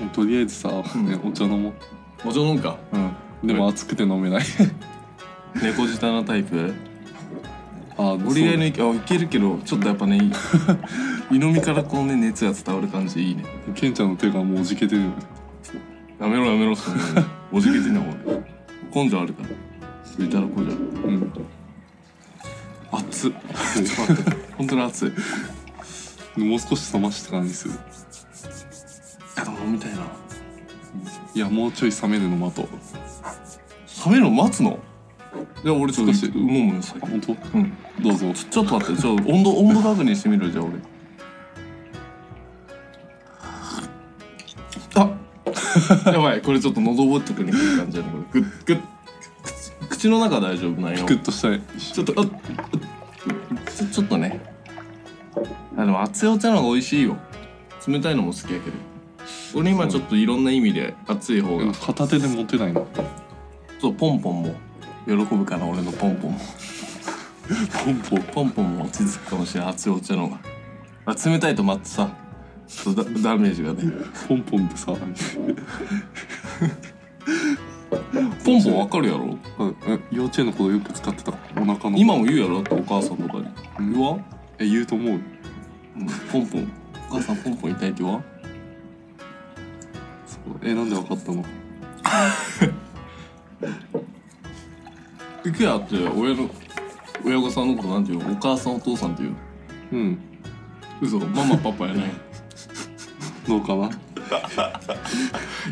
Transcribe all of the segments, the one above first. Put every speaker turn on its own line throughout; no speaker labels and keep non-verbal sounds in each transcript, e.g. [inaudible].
もうとりあえずさ、ねお茶飲もう、
お茶飲むか
でも熱くて飲め [laughs] ない
猫舌なタイプ
あー
折り合いの
そう
意見あいけるけどちょっとやっぱね [laughs] 胃のみからこうね熱が伝わる感じいいね
ケンちゃんの手がもうおじけてるよね
やめろやめろそんなのおじけてんなもん根性あるからいたらこうじゃ
うん
[laughs]
熱っ
ちょっと待って本当に熱いい
もう少し冷ました感じする
やでも飲みたいない
やもうちょい冷めるの待とう
冷めるの待つのじゃあ俺ちょっと
少し
飲むよ先
あ本当
うん
どうぞ
ちょちょっと待ってちょっと温度温度確認してみるじゃあ俺あやばいこれちょっと喉ぼっとくにくる感じだねこれグッグッ口口の中大丈夫なんよ
ピクッとしたい
ちょっと、あっ、ちょ、ちょっとね。あ、でも熱いお茶の方が美味しいよ。冷たいのも好きやけど。俺今ちょっといろんな意味で熱い方が、
片手で持てないな
そう、ポンポンも喜ぶかな、俺のポンポンも。
ポンポン
ポンポンも落ち着くかもしれない、熱いお茶の方が。あ冷たいと待ってさ、ちょっとダダメージがね。
ポンポンってさ
ポンポンわかるやろ
うんうん幼稚園の頃よく使ってたお腹の
今も言うやろだってお母さんとかに。言わん
え言うと思う
うん、ポンポン。お母さんポンポン痛いって言わん
そうえなんでわかったの
いくやって親の、親御さんのことなんて言うのお母さんお父さんって言うの
うん
嘘ママパパやない
どうかな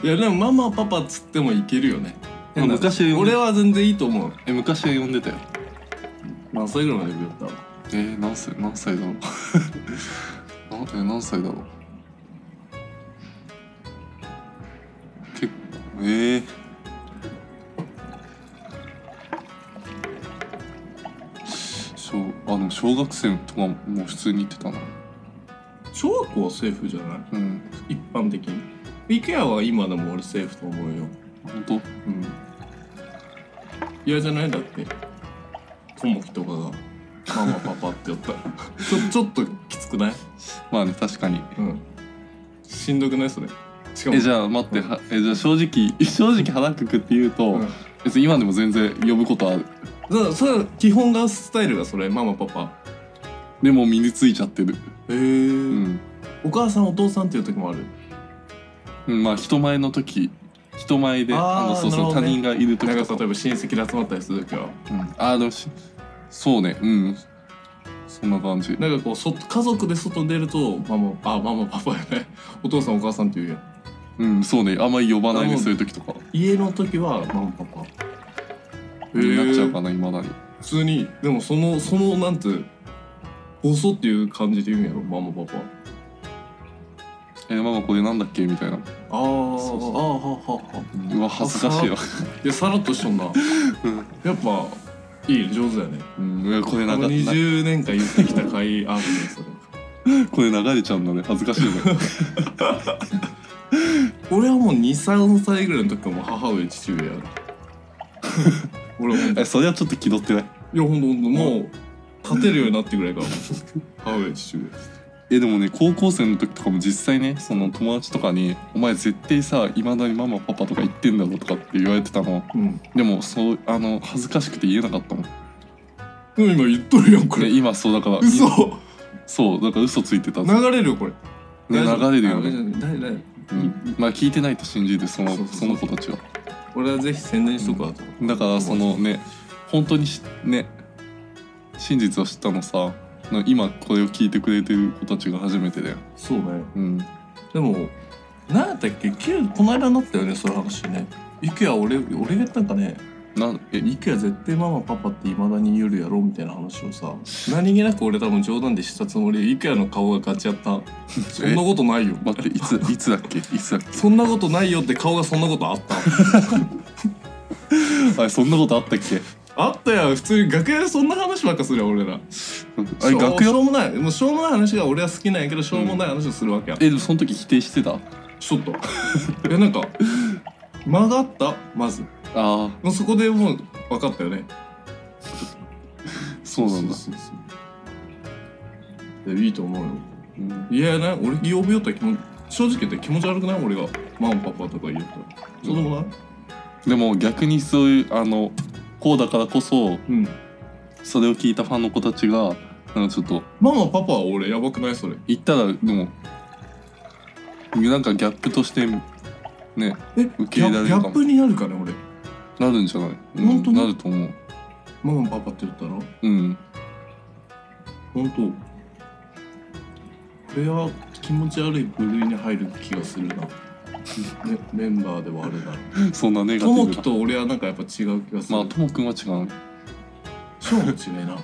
い
やでもママパパっつってもいけるよね
まあ昔
俺は全然いいと思う
え昔は呼んでたよ
何歳ぐらいまで言ったわ
えー、何歳何歳だろう [laughs] なえ何歳だろう結構えー、小あの小学生とかももう普通に行ってたな
小学校はセーフじゃない
うん
一般的にイケアは今でも俺セーフと思うよ
本当
うん嫌じゃないだってトモキとかがママパパってやったら [laughs] ちょちょっときつくない
まあね確かに
うんしんどくないそれしかも
えじゃあ待って、はえじゃあ正直 [laughs] 正直腹くくって言うと、
うん
別に今でも全然呼ぶことある
だからそれは基本がスタイルがそれママパパ
でも身についちゃってる
へえ、
うん、
お母さんお父さんっていう時もある
うん、まあ人前の時人前で
あー
あのそう
なる
そ
ほ
う、他
どね
人がいる時
なん
と
か
か、
例えば親戚で集まったりする時は
うん、あーでもしそうねうんそんな感じ
なんかこう外家族で外に出るとママあママパパやねお父さんお母さんって言うやん
うんそうねあんまり呼ばない
あ
ね
もう
そういう時とか
家の時はママパパ
になっちゃうか
へ
な未だに
え普通にでもそのそのなんて細っていう感じで言うんやろママパパ
えママこれなんだっけみたいな
あーあ
そうそう
ーはあはあは
うわ恥ずかしいわ、
あいやさらっとしとんなやっぱいいね上手だよね
うん、うわこれ
な
なんん
か
かな
20年間言ってきた甲斐あるねそれ
これ流れちゃうんだね恥ずかしいね [laughs]
俺はもう23歳ぐらいの時からもう母上父上や [laughs] る俺はほんと
えそれはちょっと気取ってない
いやほんとほんともう勝てるようになってぐらいから母上父上
えでもね高校生の時とかも実際ねその友達とかに「お前絶対さいまだにママパパとか言ってんだろ」とかって言われてたの
うん
でもそうあの恥ずかしくて言えなかったもん
でも今言っとるやんこ
で
れ
今そうだから
嘘
今そうだから嘘ついてたね
流れるよこれ
流
大丈夫
れるよ
あ
ね、
大丈夫大丈
う
夫
ん、まあ聞いてないと信じるその
そうそうそう
その子たちは
俺はぜひ宣伝しとくわと、
だからそのね本当にしね真実を知ったのさ今これを聞いてくれてる子たちが初めてだよ
そうね
うん
でも何やったっけキューこの間なったよねその話ねイケア俺俺がやったんかね
なんえ
イケア絶対ママパパっていまだに言るやろみたいな話をさ何気なく俺多分冗談でしたつもりイケアの顔がガチや [laughs] ったそんなことないよ
待ってい [laughs] ついつだっけいつだっけ
そんなことないよって顔がそんなことあ [laughs] った
あれそんなことあったっけ
あったやん普通に楽屋でそんな話ばっかするやん俺ら
あれ楽
し
屋
ょうもないもうしょうもない話が俺は好きなんやけどしょうもない話をするわけ [laughs] や、ん、
えでもその時否定してたあ
ちょっ [laughs] といやなんか間があったまず
あ
もうそこでもう分かったよね
そうなんだ
そうそうそういやいいと思うよ
うん
いやな俺呼ぶよったら気持正直言って気持ち悪くない俺がママパパとか言うとそうでもない
でも逆にそういうあのこうだからこそ
うん
それを聞いたファンの子たちがなんかちょっと
ママパパは俺やばくないそれ
言ったらでもなんかギャップとしてね
え
受け入れられる
ギ
かも
ャギャップになるかね俺
なるんじゃない、うん
本当に
なると思う
ママパパって言ったら
うん
本当これは気持ち悪い部類に入る気がするな、ね、メンバーではある
[laughs]
な
そんなネガテ
とも
ィ
き
ブな
と俺はなんかやっぱ違う気がする
まあともくんは違う
翔も違えな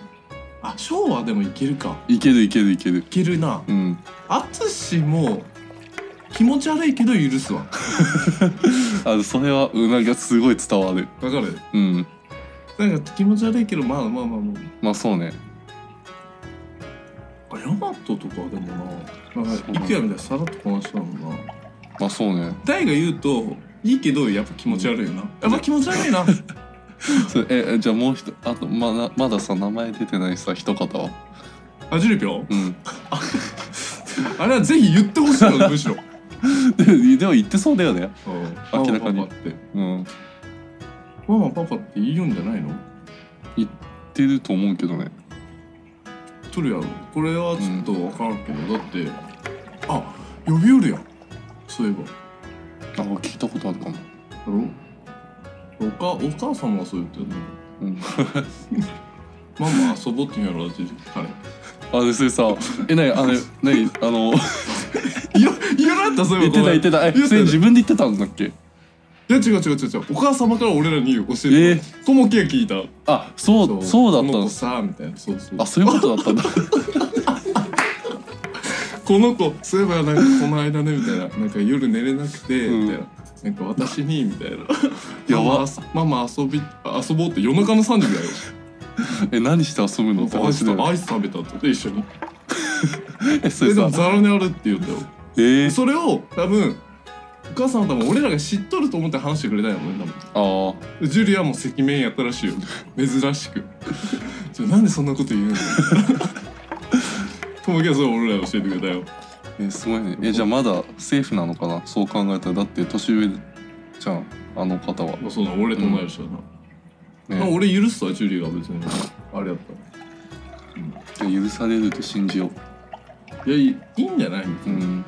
あ翔はでもいけるか
いけるいけるいける
いけるな
うん
淳も気持ち悪いけど許すわ
あそれはうんなんかすごい伝わる
わかる
うん
なんか気持ち悪いけどまあまあまあま
まあそうね
ああヤマトとかはでもななん
そう
かいくやみたいにさらっとこなしたもんな
まあそうね
大が言うといいけどやっぱ気持ち悪いよな、やっぱ気持ち悪いな
それええじゃあもう一あとまだまださ名前出てないさ一方は
あジュリピョ
うん [laughs]
あれはぜひ言ってほしいのむしろ
ででも言って [laughs] そうだよね明
明
ら
ら
か
か
に
にって
うん言っ
ママパパって言うんじゃないの
てると思うけどね
とるやろこれはちょっと分からんけど、だってあ呼び寄るやんそういえば
あ聞いたことあるかも
だろおかお母さんはそう言ってるの
うん
ママ遊ぼうって言うんやろだって彼
あでそれさえなにあれなにあの
いや言わなかったそうい
言
え
ってた言っ
ばごめん
てたえ
言ってた
それ自分で言ってたんだっけ
いや違う違う違う違うお母様から俺らに教えて
え
もらう小もきが聞いた
あそうそうだっ
こ
たん
の子
です
さみたいなそうそう
あそういうことだったんだ [laughs]
この子そういえばなんかこの間ねみたいななんか夜寝れなくて、
うん
みたいななんか私にみたいな
やば
ママママ遊び遊ぼうって夜中の3時だよ
え何して遊ぶのって
アイ
話
ス
だよ
アイス食べたって言って一緒に
えそ
で
れ
でも
さ
ザラにあるって言ったよ
え
で
ー、
それを多分お母さんは多分俺らが知っとると思って話してくれたよね
あ
多
あ
分ジュリアも赤面やったらしいよ珍しくちょなんでそんなこと言
[laughs]
うのともきはそれを俺らが教えてくれたよ
えすごいねえじゃあまだセーフなのかなそう考えたらだって年上じゃんあの方は、
まあそうだ俺と同い年だな、まあ
ね、
俺許すわジュリーが別にあれやった
いや許されると信じよ
らいやいいいいんじゃない、別
うう
に
ん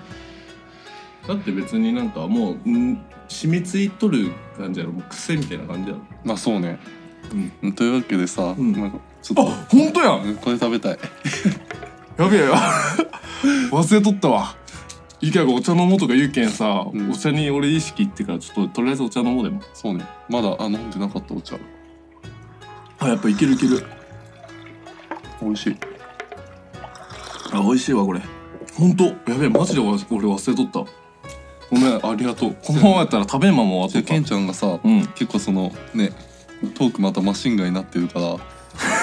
だって別になんかもう、ん、染みついとる感じやろもう癖みたいな感じやろ
まあそうね、
うん
うん、というわけでさ、
ん
なんかちょっと
本当や
うんこれ食べたい
やべえよ忘れとったわゆきやがお茶飲もうとか言うけんさ、
うん
お茶に俺意識いってからちょっととりあえずお茶飲もうでも
そうねまだあ飲んでなかったお茶
あやっぱいけるいける
美味しい
あ美味しいわこれ本当やべえマジでわ俺忘れとったごめんありがとうこのままやったら食べんまま終
じゃあ
わっとった
ケンちゃんがさ、
うん
結構そのねトークまたマシンガンになってるから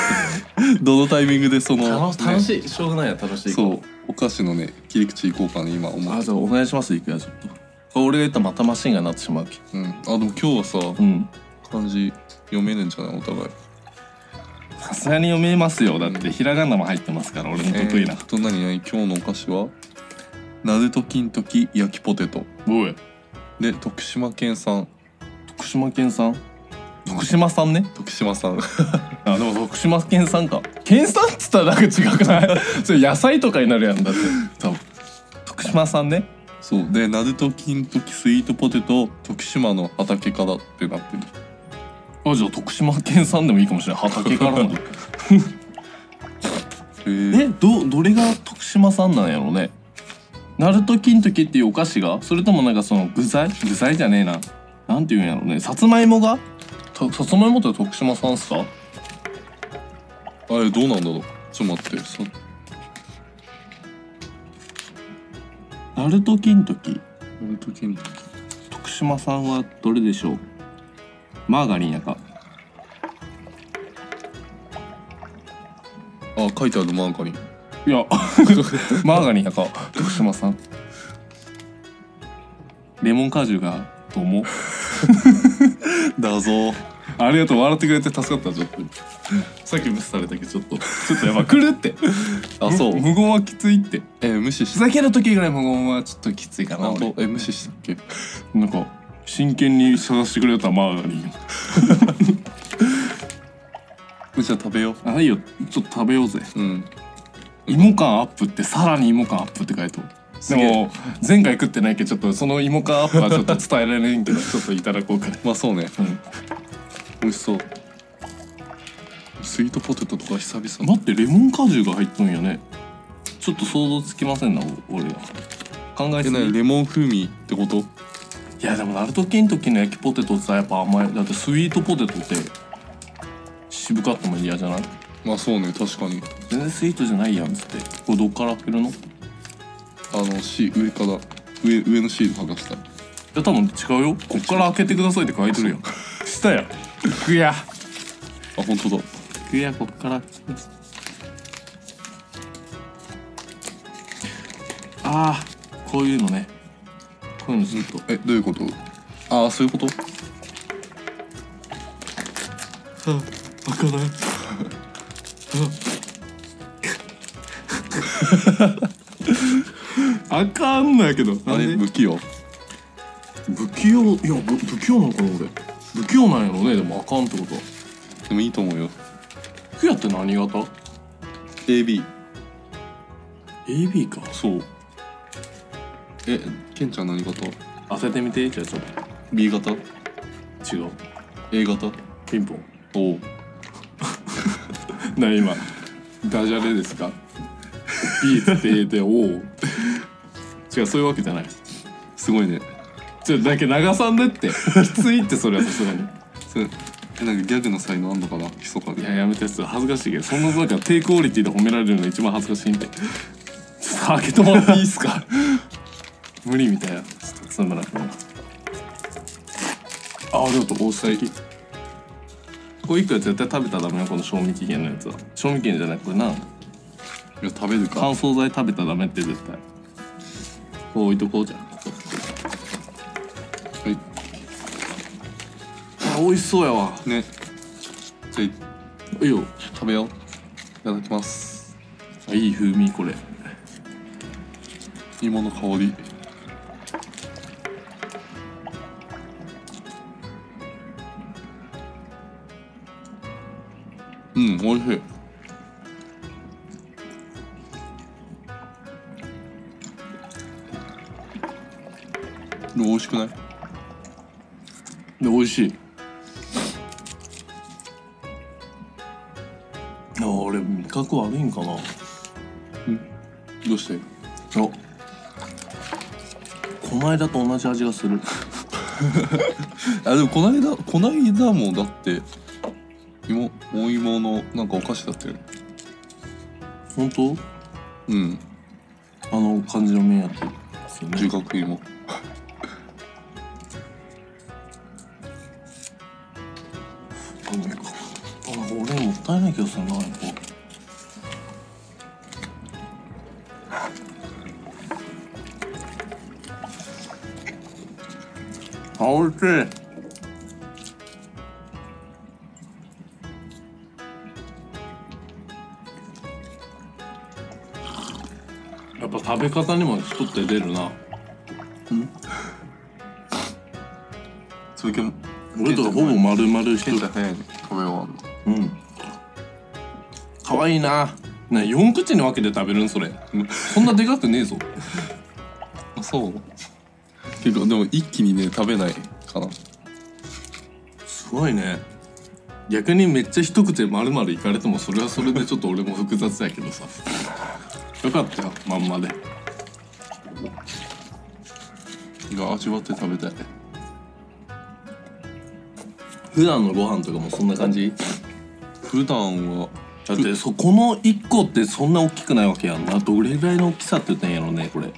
[laughs] どのタイミングでその
楽し楽しい、しょうがないや楽しい
ね、そうお菓子のね切り口いこうかな今思っ
あ
て
じゃあお願いしますいくやちょっとこれ俺が言ったらまたマシンがなってしまうけ
うんあでも今日はさ
うん
漢字読めるんじゃないお互い
さすがに読めますよだってひらがなも入ってますから俺の得意な
えー、と何何今日のお菓子はなると金時焼きポテト
おい
で徳島県産
徳島県産徳島産ね
徳島産 [laughs]
あでも徳島県産か県産っつったらなんか違くない [laughs] それ野菜とかになるやんだって多分徳島産ね
そうでなると金時スイートポテト徳島の畑からってなってる
あじゃあ徳島県産でもいいかもしれない畑か
[laughs]
らなの
へえ
[laughs] えどどれが徳島産なんやろうねナルト金時っていうお菓子がそれともなんかその具材具材じゃねえななんていうんやろうねさつまいもがとさつまいもって徳島産っすか
あれどうなんだろうちょっと待ってさ
ナルト金時
なると金時
徳島産はどれでしょうマーガリンやか
あ書いてあるマーガリン
い [laughs] や、マーガリンやか、徳島さん。レモン果汁が、どうも。
だぞ
ありがとう、笑ってくれて助かった、ちょっと。さっき無視されたけどちょっとちょっとやばい来るってあそう無言はきついって
え無視し
ふ
た
ざける時ぐらい無言はちょっときついかな
本
俺
当え無視したっけ
なんか真剣に探してくれたらマーガリン
じゃあ食べよ
あいいよちょっと食べようぜ
ううん
芋感アップってさらに芋感アップって書いてあ
す
るで
げえ
も前回食ってないけどちょっとその芋感アップはちょっと伝えられないんけどちょっといただこうかな
まあそうね
うん
美味しそうスイートポテトとか久々
待ってレモン果汁が入っとんよねちょっと想像つきませんなお俺は考え
え
すぎ
なに
い
レモン風味ってこと
やでもナルトキン時の焼きポテトってさやっぱ甘いだってスイートポテトって渋かったも嫌じゃない
まあそうね確かに
全然スイートじゃないやんっつってこれどっから開けるのい
あの C 上から上上のシール剥がした
や多分違うよこっから開けてくださいって書いて [laughs] るやん下やくや
あ本当だ
いやこっからああこういうのねこういうのずっと
えどういうことああそういうこと
開かないあかんのやけど
あれ不器用
不器用いやぶ不器用なのかな俺不器用なんやろねでもあかんってことは
でもいいと思うよ
クヤって何型
AB
AB か
そうえケンちゃん何型
当ててみてじゃあちょっ
B 型
と違う
A 型
ピンポン
おう
な今ダジャレですか B つってでおお違うそういうわけじゃない
すごいね
ちょっとだけ長さんでってきついってそれはさすがに
それえなんかギャグの才能あんのかなひそかに
いややめてちょっと恥ずかしいけどそんななんか低クオリティで褒められるのが一番恥ずかしいんでちょっと開けてもらっていいですか [laughs] 無理みたいなちょっとつまらなくなるああちょっと大きいこれ一個は絶対食べたらダメよこの賞味期限のやつは賞味期限じゃなくてな
いや食べるか
乾燥剤食べたらダメって絶対こう置いとこうじゃん
はい
あ美味しそうやわ
ねじゃ
いいよ
あ食べよういただきます
あいい風味これ
芋の香りうん美味しいでも美味しくない
で美味しいあ俺味覚悪いんかなあ
どうして
この間と同じ味がする
あでもこないだこないだもだって芋お芋のなんかお菓子だったよね
本当
うん
あの感じの麺やってるんですよ
十
ね
角芋
あなんかあなんか俺にもったいない気がするなやっぱあ、美味しい。やっぱ食べ方にも人って出るな。
それけん
俺とかほぼ丸々一
ケン
人
ちゃん早いね食べ終わるの
うん。可愛いな。ね、四口に分けて食べるんそれ。そんなでかくねえぞ。
あそう結構でも一気にね食べないかな
すごいね。逆にめっちゃ一口で丸々いかれてもそれはそれでちょっと俺も複雑やけどさ。よかったよ、まんまで。
が味わって食べたい
普段のご飯とかもそんな感じ
普段は
だってそこの1個ってそんな大きくないわけやんなどれぐらいの大きさって言ったんやろねこれ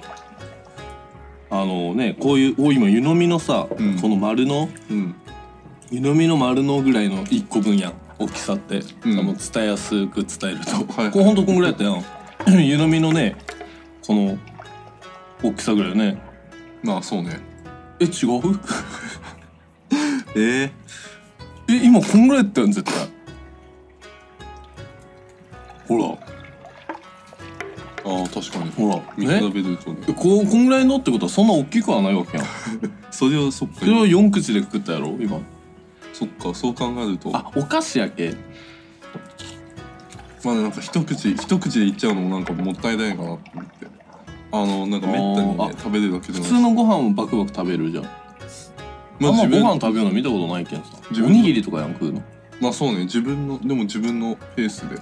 あのねこういうお今湯飲みのさ、
ん
この丸の
うん
湯飲みの丸のぐらいの1個分やん大きさって、
うん
多分伝えやすく伝えると、
はいはい
これほんとこんぐらいやったやん [clears throat] 湯飲みのねこの大きさぐらいよね
まあそうね
え違う
[laughs]
えーえ今こんぐらいやったやん絶対ほら
ああ確かに
ほら
見
ね
比べるとね
こうこんぐらいのってことはそんな大きくはないわけやん
それはそっか
それを4口で食ったやろ今
そっかそう考えると
あお菓子やけ
まあねなんか一口一口でいっちゃうのもなんかもったいないかなって思ってあのなんかめったに
あー
ね食べれるわけじゃ
普
ない
通のご飯をバクバク食べるじゃん、
ま
あん
あ
ま
自
ご
分
飯食べるの見たことないけんさ
自分
おにぎりとかやん食うの
まあそうね自分のでも自分のペースで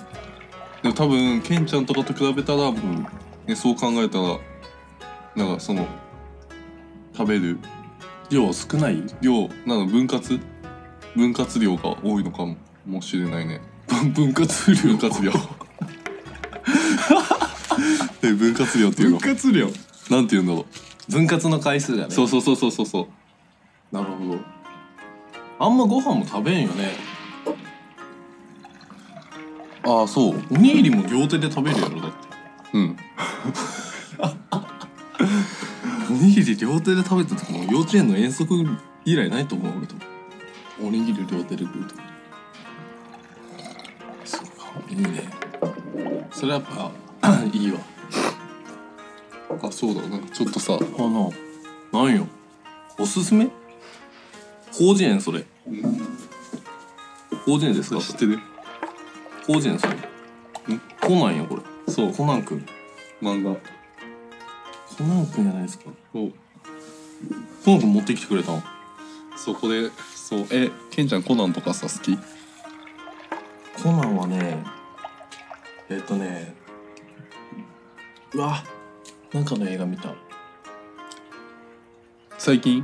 でも多分ケンちゃんとかと比べたら、
ん
ね、そう考えたらなんかその食べる
量少ない
量なの分割分割量が多いのかもしれないね
分割量
分 [laughs] 割量で分割量っていうの
割量
なんて言うんだろ
分割の回数だね
うそうそうそうそうそうそう
なるほどあんまご飯も食べんよねああそうおにぎりも両手で食べるやろだって
うん
おにぎり両手で食べてたともう幼稚園の遠足以来ないと思う俺とおにぎり両手で食うとそうかいいねそれやっぱ [clears throat] いいわ
あそうだなんかちょっとさ
あのなんよおすすめ広辞苑それ広辞苑ですか
知ってる
広辞苑それんコナンよこれそうコナンくん
漫画
コナンくんじゃないですか
そう
コナンくん持ってきてくれたの
そこでそうえケンちゃんコナンとかさ好き
コナンはねえっとねうわなんかの映画見たい
最近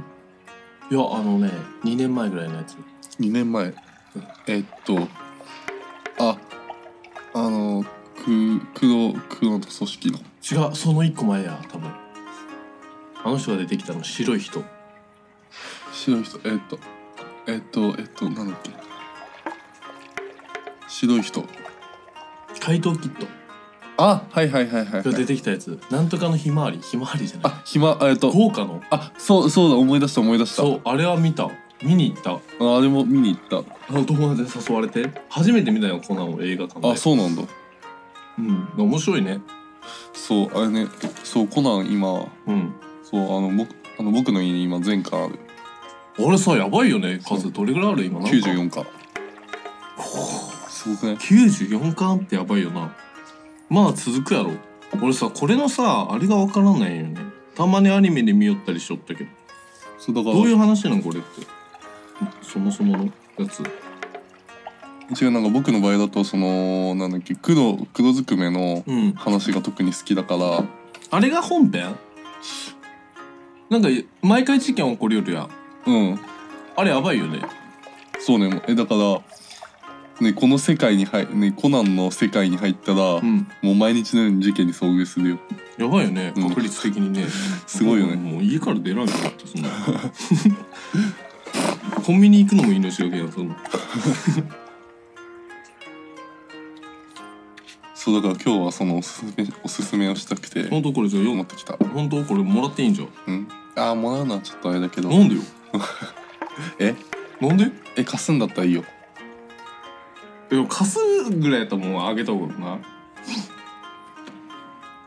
やあのね2年前ぐらいのやつ
2年前えっとああのく黒黒の組織の
違うその1個前や多分あの人が出てきたの白い人
白い人えっとえっとえっとなんだっけ白い人
怪盗キット
あはいはいはいはい、
が
は
出
い、
てきたやつなんとかのひまわりひまわりじゃない
あ暇えっと
豪華の
あそうそうだ思い出した思い出した
そうあれは見た見に行った
ああれも見に行っ
あの友達に誘われて初めて見たよコナンを映画館で
たあそうなんだ
う、ん、面白いね
そうあれねそうコナン今
うん
そうあの僕あの僕の家に今全巻ある
あれさやばいよね数どれぐらいある今なんか
94巻すごくない
94巻ってやばいよなまあ続くやろ俺さこれのさあれが分からないよねたまにアニメで見よったりしよったけど
そうだから
どういう話なんこれってそもそものやつ
違うなんか僕の場合だとそのなんだっけ黒黒ずくめの
うん
話が特に好きだから
あれが本編なんか毎回事件起こりよるやん
うん
あれやばいよね
そうねえだから、ね、この世界に入、ね、コナンの世界に入ったら、
うん
もう毎日のように事件に遭遇するよ
やばいよね
うん
確率的にね
[laughs] すごいよね
もう家から出らんよだってそんな [laughs] コンビニ行くのも命がけやそんな
そうだから今日はそのおすすめおすすめをしたくて
本当これじゃあよ
持ってきた
本当これもらっていいんじゃん
うんああもらうのはちょっとあれだけど
なん [laughs] でよ
え
なんで
え貸すんだったらいいよ
でも貸すぐらいやったらもうあげた方がいいな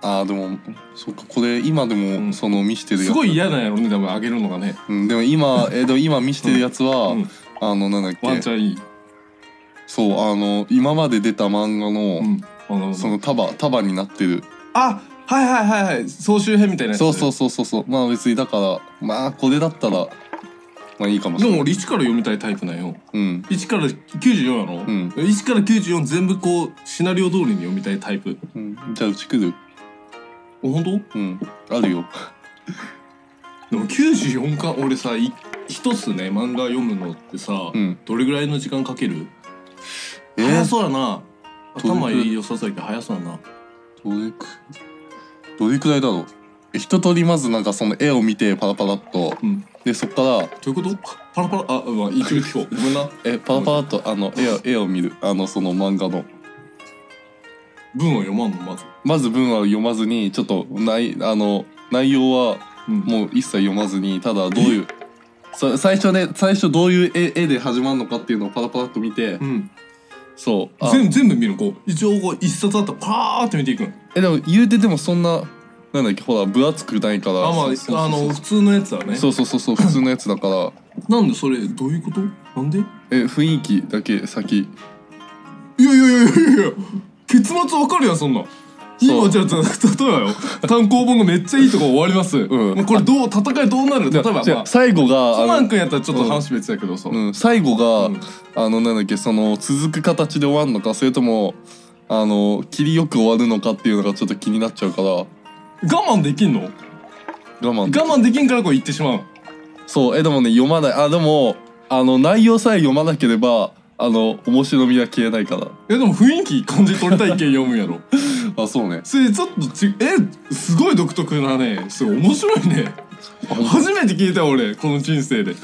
ああでもそっかこれ今で
うん
もその見してるやつ、
すごい嫌なんやろね多分あげるのがね
うん、でも今、えー、でも今見してるやつは、
うん
あのなんだっけ
ワンチャンいい
そうあの今まで出た漫画
う
の、
んあの
その束束になってる
あはいはいはいはい総集編みたいなやつ
そうそうそうそうそうまあ別にだからまあこれだったらまあいいかもし
で
れない
も俺1から読みたいタイプなんよ
うん
1から94やろ、
ん
1から94全部こうシナリオ通りに読みたいタイプ
うん、じゃあうち来る
お本当
うんあるよ
でも94巻俺さい一つね漫画読むのってさ、
うん
どれぐらいの時間かける、
え
早
ー、
そうやな
どれくら
頭
い
いい良さそうやけど早そうやな
どれくどれくらいだろうえ一通りまずなんかその絵を見てパラパラっと
うん
でそっから
どういうことパラパラあまあ一応聞こうごめんな
えパラパラっとあの絵を絵を見るあのその漫画の
文は読まんのまず
まず文は読まずにちょっとないあの内容は
うん
もう一切読まずにただどういうさ最初ね最初どういう絵絵で始まるのかっていうのをパラパラっと見て、
うん
そうあ
全部全部見るこう一応こう一冊あったらパーって見ていくの
えでも言うてでもそんななんだっけほら分厚くないから
あまあ
そうそうそう
あの普通のやつだね
そうそうそうそう普通のやつだ
[laughs]
から
なんでそれどういうことなんでい
え雰囲気だけ先
やいやいやいやいや結末わかるやんそんなん
そう
今じゃあた例えばよ単行本がめっちゃいいとこ終わります、
うん
もうこれどう戦いどうなる例えばま
じゃあ
あ
最後が
コ
あ
ナン
の
君やったらちょっと話別やけどさ、
うん、最後が、
うん
あのなんだっけその続く形で終わるのかそれともあの切りよく終わるのかっていうのがちょっと気になっちゃうから我
我慢できんの我
慢
慢できんからこう言ってしまうの
そうえでもね読まないあでもあの内容さえ読まなければあの面白みは消えないから
えでも雰囲気感じ取りたい系読むんやろ
あそうね
それちょっとちえすごい独特なねすごい面白いね初めて聞いたよ俺この人 [laughs] 生でえ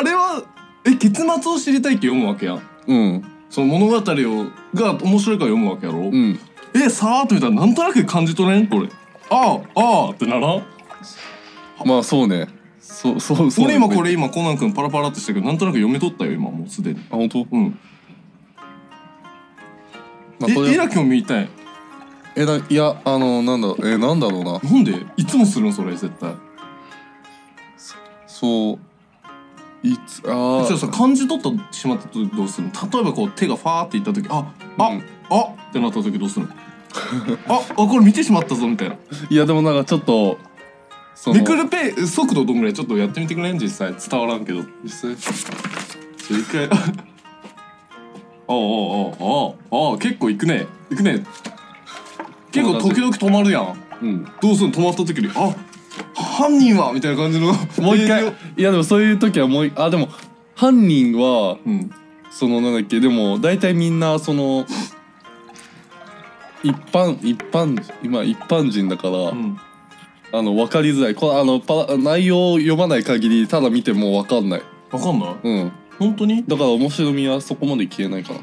あれはえ結末を知りたいって読むわけやん
うん
その物語をが面白いから読むわけやろ、
うん
えさーっと見たらなんとなく感じ取れんこれああああってならん
まあそうねそうそうそう
俺
ね、
今これ今コナン君パラパラってしたけどなんとなく読み取ったよ今もうすでに
あ本当
うん
まあそ
え
れ
えらきも見たい
えないやあのなんだえなんだろうな
なんでいつもするのそれ絶対
そういつあ
じゃあさ感じ取ったしまった時どうするの例えばこう手がファーっていった時ああ、
うん
あってなった時どう
[laughs]
するのああこれ見てしまったぞみたいない
やでもなんかちょっとその
めくるペー速度どんぐらいちょっとやってみてくれん実際伝わらんけど
実際
ちょ一回 [laughs] あああああああ結構いくねいくね結構時々止まるやん
うん
どうするの止まった時にあ犯人はみたいな感じの
もう一
ペー
回
ジ
いやでもそういう時はもういあでも犯人は
をうん
そのなんだっけでも大体みんなその一般一般今一般人だから、
うん
あの分かりづらいこのあのパラ内容を読まない限りただ見ても分かんない
わかんない
うん
本当に
だから面白みはそこまで消えないかな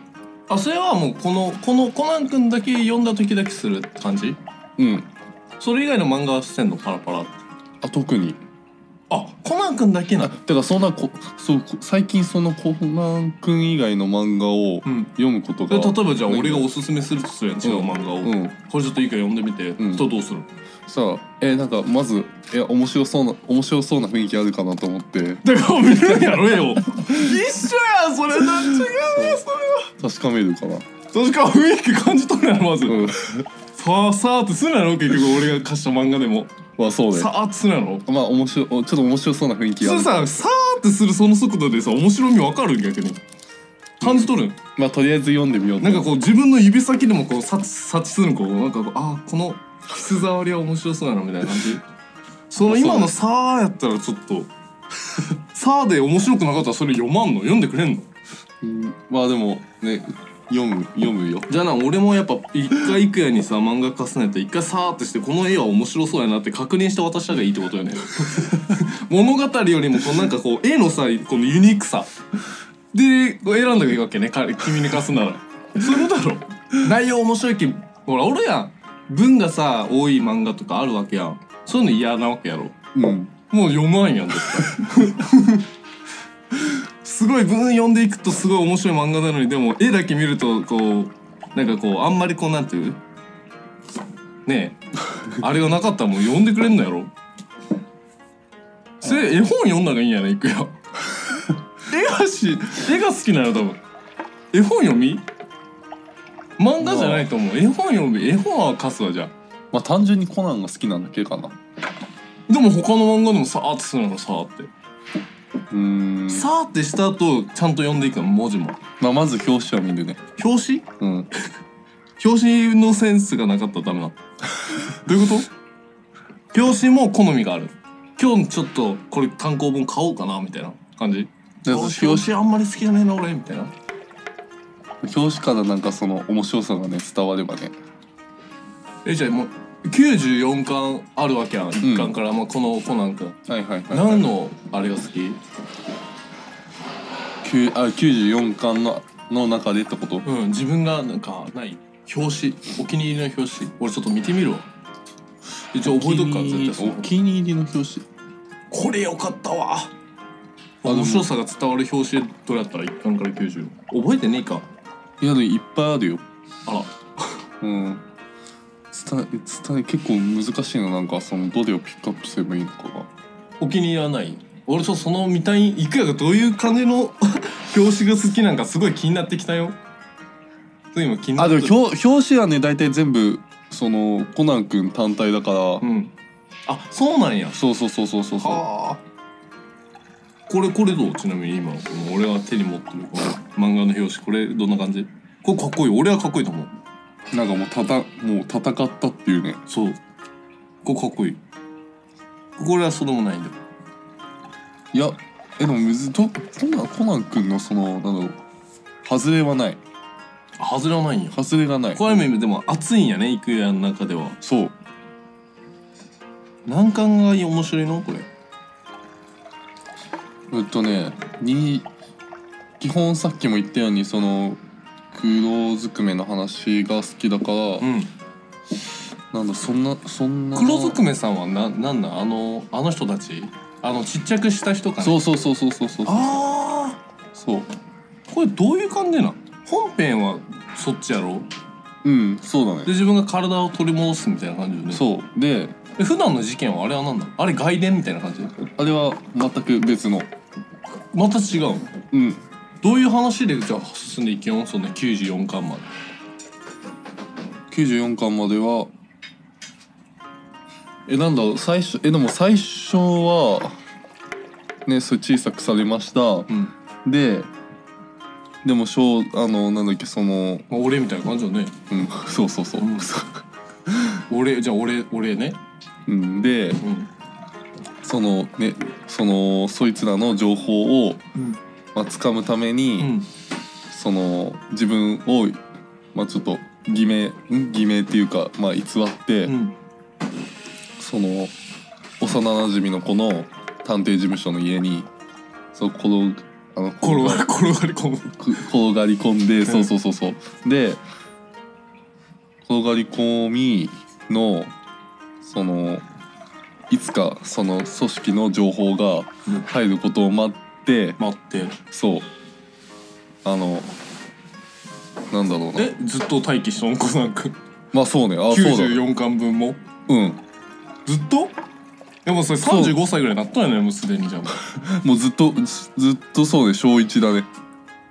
あそれはもうこのこのコナン君だけ読んだ時だけする感じ
うん
それ以外の漫画はしてんのパラパラって
あ特に
あコナン君だけな
あてかそんなこそうこ最近そのコナン君以外の漫画を
うん
読むこと
で
が
例えばじゃあ
ない
俺がおすすめするとするやん違う漫画を、
うん
これちょっといいから読んでみて、
うん
それどうする
さあえなんかまずえ面白そうな面白そうな雰囲気あるかなと思って
だから見るやろよ [laughs] 一緒やんそれな違うねそ
確かめるかな
れ確か雰囲気感じ取るやろまず、
うん [laughs]
さあさあってするやろ結局俺が貸した漫画でも
まあそうね
さあってするやろ
まあ面白いおちょっと面白そうな雰囲気
そ
があ
れ
る
ささあってするその速度でさ面白みわかる逆に感じ取るん
まあとりあえず読んでみようと
なんかこう自分の指先でもこう察察知するこうなんかこうあーこのキス触りは面白そうやなみたいな感じその今の「さあ」やったらちょっと [laughs] 「さあ」で面白くなかったらそれ読まんの読んでくれんの
うんまあでもね読む読むよ
じゃあな俺もやっぱ一回いくやにさ漫画化すないと一回「さあ」ってしてこの絵は面白そうやなって確認して渡した方がいいってことよね [laughs] 物語よりもこうなんかこう絵のさこのユニークさでこう選んだ方がいいわけね彼君に貸すならそういうことだろ内容面白いけほらおるやん文がさ多い漫画とかあるわけやんそういうの嫌なわけやろ
うん
もう読まんやん絶対 [laughs] すごい文読んでいくとすごい面白い漫画なのにでも絵だけ見るとこうなんかこうあんまりこうなんていうねえあれがなかったらもう読んでくれんのやろそれ絵本読んだ方がいいんやねいくよ絵がし絵が好きなの多分絵本読み漫画じゃないと思う絵本読み絵本は貸すわじゃあ
まあ単純にコナンが好きなだけかな
でも他の漫画でもさーってするのさーって
うーん
さーってした後ちゃんと読んでいくの文字も
まあまず表紙は見るね
表紙
うん
表紙のセンスがなかったらダメなのどういうこと表紙も好みがある今日ちょっとこれ単行本買おうかなみたいな感じ
で表
表紙
紙
あんまり好きじゃねえな俺みたいな
表紙からなんかその面白さがね伝わればね
えじゃあもう94巻あるわけやん1巻から、まあ、このコナン君
はいはいはい、
何のあれが好き
きゅうあ94巻のの中でってこと
うん自分がなんかない表紙お気に入りの表紙俺ちょっと見てみるわ一応覚えとくから絶対その
お気に入りの表紙
これよかったわ
でも
面白さが伝わる表紙どれやったら1巻から90覚えてねえか
いやでもいっぱいあるよ
あら
うん伝え伝え結構難しいのなんかそのどれをピックアップすればいいのかが
お気に入りはない俺ちょっとその見たいいくやがどういう感じの [laughs] 表紙が好きなんかすごい気になってきたよそう今気にな
あ
って
でも表表紙はね大体全部そのコナン君単体だから、
うんあそうなんや
そうそうそうそうそうそう
はあこれこれどうちなみに今この俺が手に持ってるこの漫画の表紙これどんな感じこれかっこいい俺はかっこいいと思う
なんかもうたたもう戦ったっていうね
そうこれかっこいいこれはそうでもないんだよ
いやえでもむずどコナンコナン君のそのなんだろう外れはない
あ外れはないんや
外れがない
これも今でも熱いんやねイクヤの中では
そう
難関が面白いのこれ
えっとねに基本さっきも言ったようにその黒ずくめの話が好きだから、
うん
なんだそんなそんな
黒ずくめさんはななんなんあのあの人たちあのちっちゃくした人かな
そうそうそうそうそうそう
あ
そう
あこれどういう感じなん本編はそっちやろ
うんそうだね
で自分が体を取り戻すみたいな感じよね
そうで
う普段の事件はあれは何なのあれ外伝みたいな感じ
あれは全く別の
また違うの
うん
どういう話でじゃあ進んでいけよんそんな94巻まで
94巻まではえなんだろう最初えでも最初はねそう小さくされました
うん、
ででも小あのなんだっけその
まあ、俺みたいな感じよね
うんそうそうそう、
うん俺じゃあ俺俺ね
うん、で
うん
そのねそのそいつらの情報を、
うん
まあ掴むために、
うん
その自分をまあちょっと偽名ん偽名っていうかまあ偽って、
うん
その幼馴染の子の探偵事務所の家にそう転あの
転がり転がり込む
く転がり込んで、そうそうそうそうで転がり込みのそのいつかその組織の情報が
うん
入ることを待って、
待って
そうあのなんだろうな
えずっと待機しとんこなんか
まあそうねあそうだ
94巻分も
うん
ずっとでもそれ
そう
35歳ぐらいになったよねもうすでにじゃん
もうずっとずずっとそうね小一だね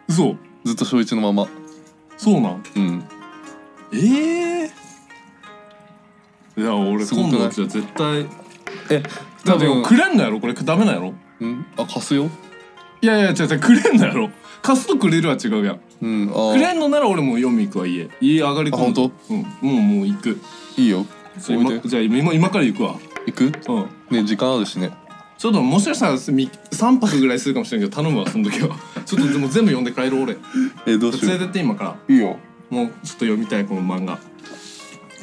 嘘
ずっと小一のまま
そうなん
うん
ええいや俺
すごくない
今度じゃあ絶対
え
だ
多
って
分
くれんのやろこれダメなんやろ
うんあ貸すよ
いやいや違う違うくれんのやろ貸すとくれるは違うやん
うんあ
く
ー
れんのなら俺もう読み行くわ家家上がり
あ
込
本
む
当
うんもうもう行く
いいよ
それ
おい
今
で
じゃあ今今から行くわ
行く
うん
ね時間あるしね
ちょっともしかしたらみ3泊ぐらいするかもしれんけど頼むわその時
[laughs]
はちょっとでも全部読んで帰る俺
えどうしよ
連れてって今から
ういいよ
もうちょっと読みたいこの漫画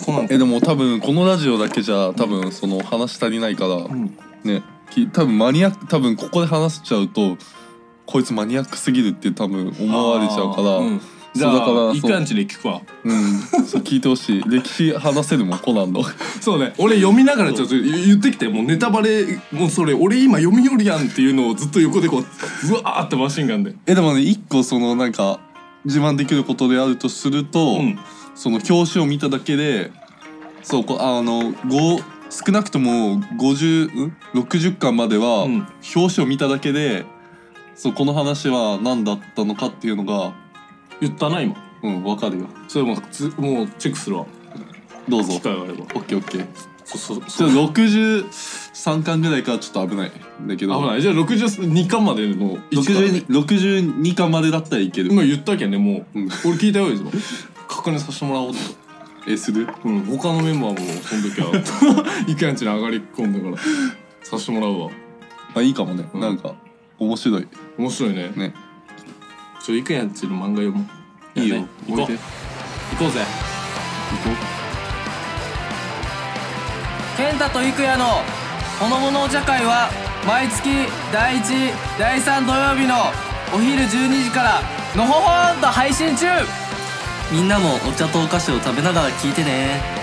コナン
えでも多分このラジオだけじゃ多分その話足りないから
うん
ねき多分マニアック多分ここで話しちゃうとこいつマニアックすぎるって多分思われちゃうから
あーんじゃ
そうだから
あ
そう
一貫地で聞くわ
うんそう聞いてほしい歴史話せるもんコナンの
そうね俺読みながらちょっと言ってきてもうネタバレもうそれ俺今読みよるやんっていうのをずっと横でこううわーってマシンガンで
[laughs] えでもね一個そのなんか自慢できることであるとすると、
うん
その表紙を見ただけでそうこあのご少なくとも50ん60巻までは、
うん
表紙を見ただけでそうこの話は何だったのかっていうのが
言ったな今
うんわかるよ
それもうつもうチェックするわ
どう
機
ぞ
会があれば
オッケーオッケー
そそ
ち
そ
ょ
う
っと63巻ぐらいからちょっと危ないんだけ
危
ど
ないじゃあ62巻までの一から
62 62巻までだったらいける、
今言ったけんねもう、
うん
俺聞いたよいつも確認させてもらおうと、
えする
うん、他のメンバーもその時 [laughs] はイクヤんちに上がり込んだからさせてもらうわ
まあいいかもね、
うん
なんか面白い
面白いね
ね
ちょイクヤんちの漫画読もう
いい
や
よ
ね行こう
おいで
行こうぜ
健太と郁也のほのぼのお茶会は毎月第1第3土曜日のお昼12時からのほほんと配信中みんなもお茶とお菓子を食べながら聞いてね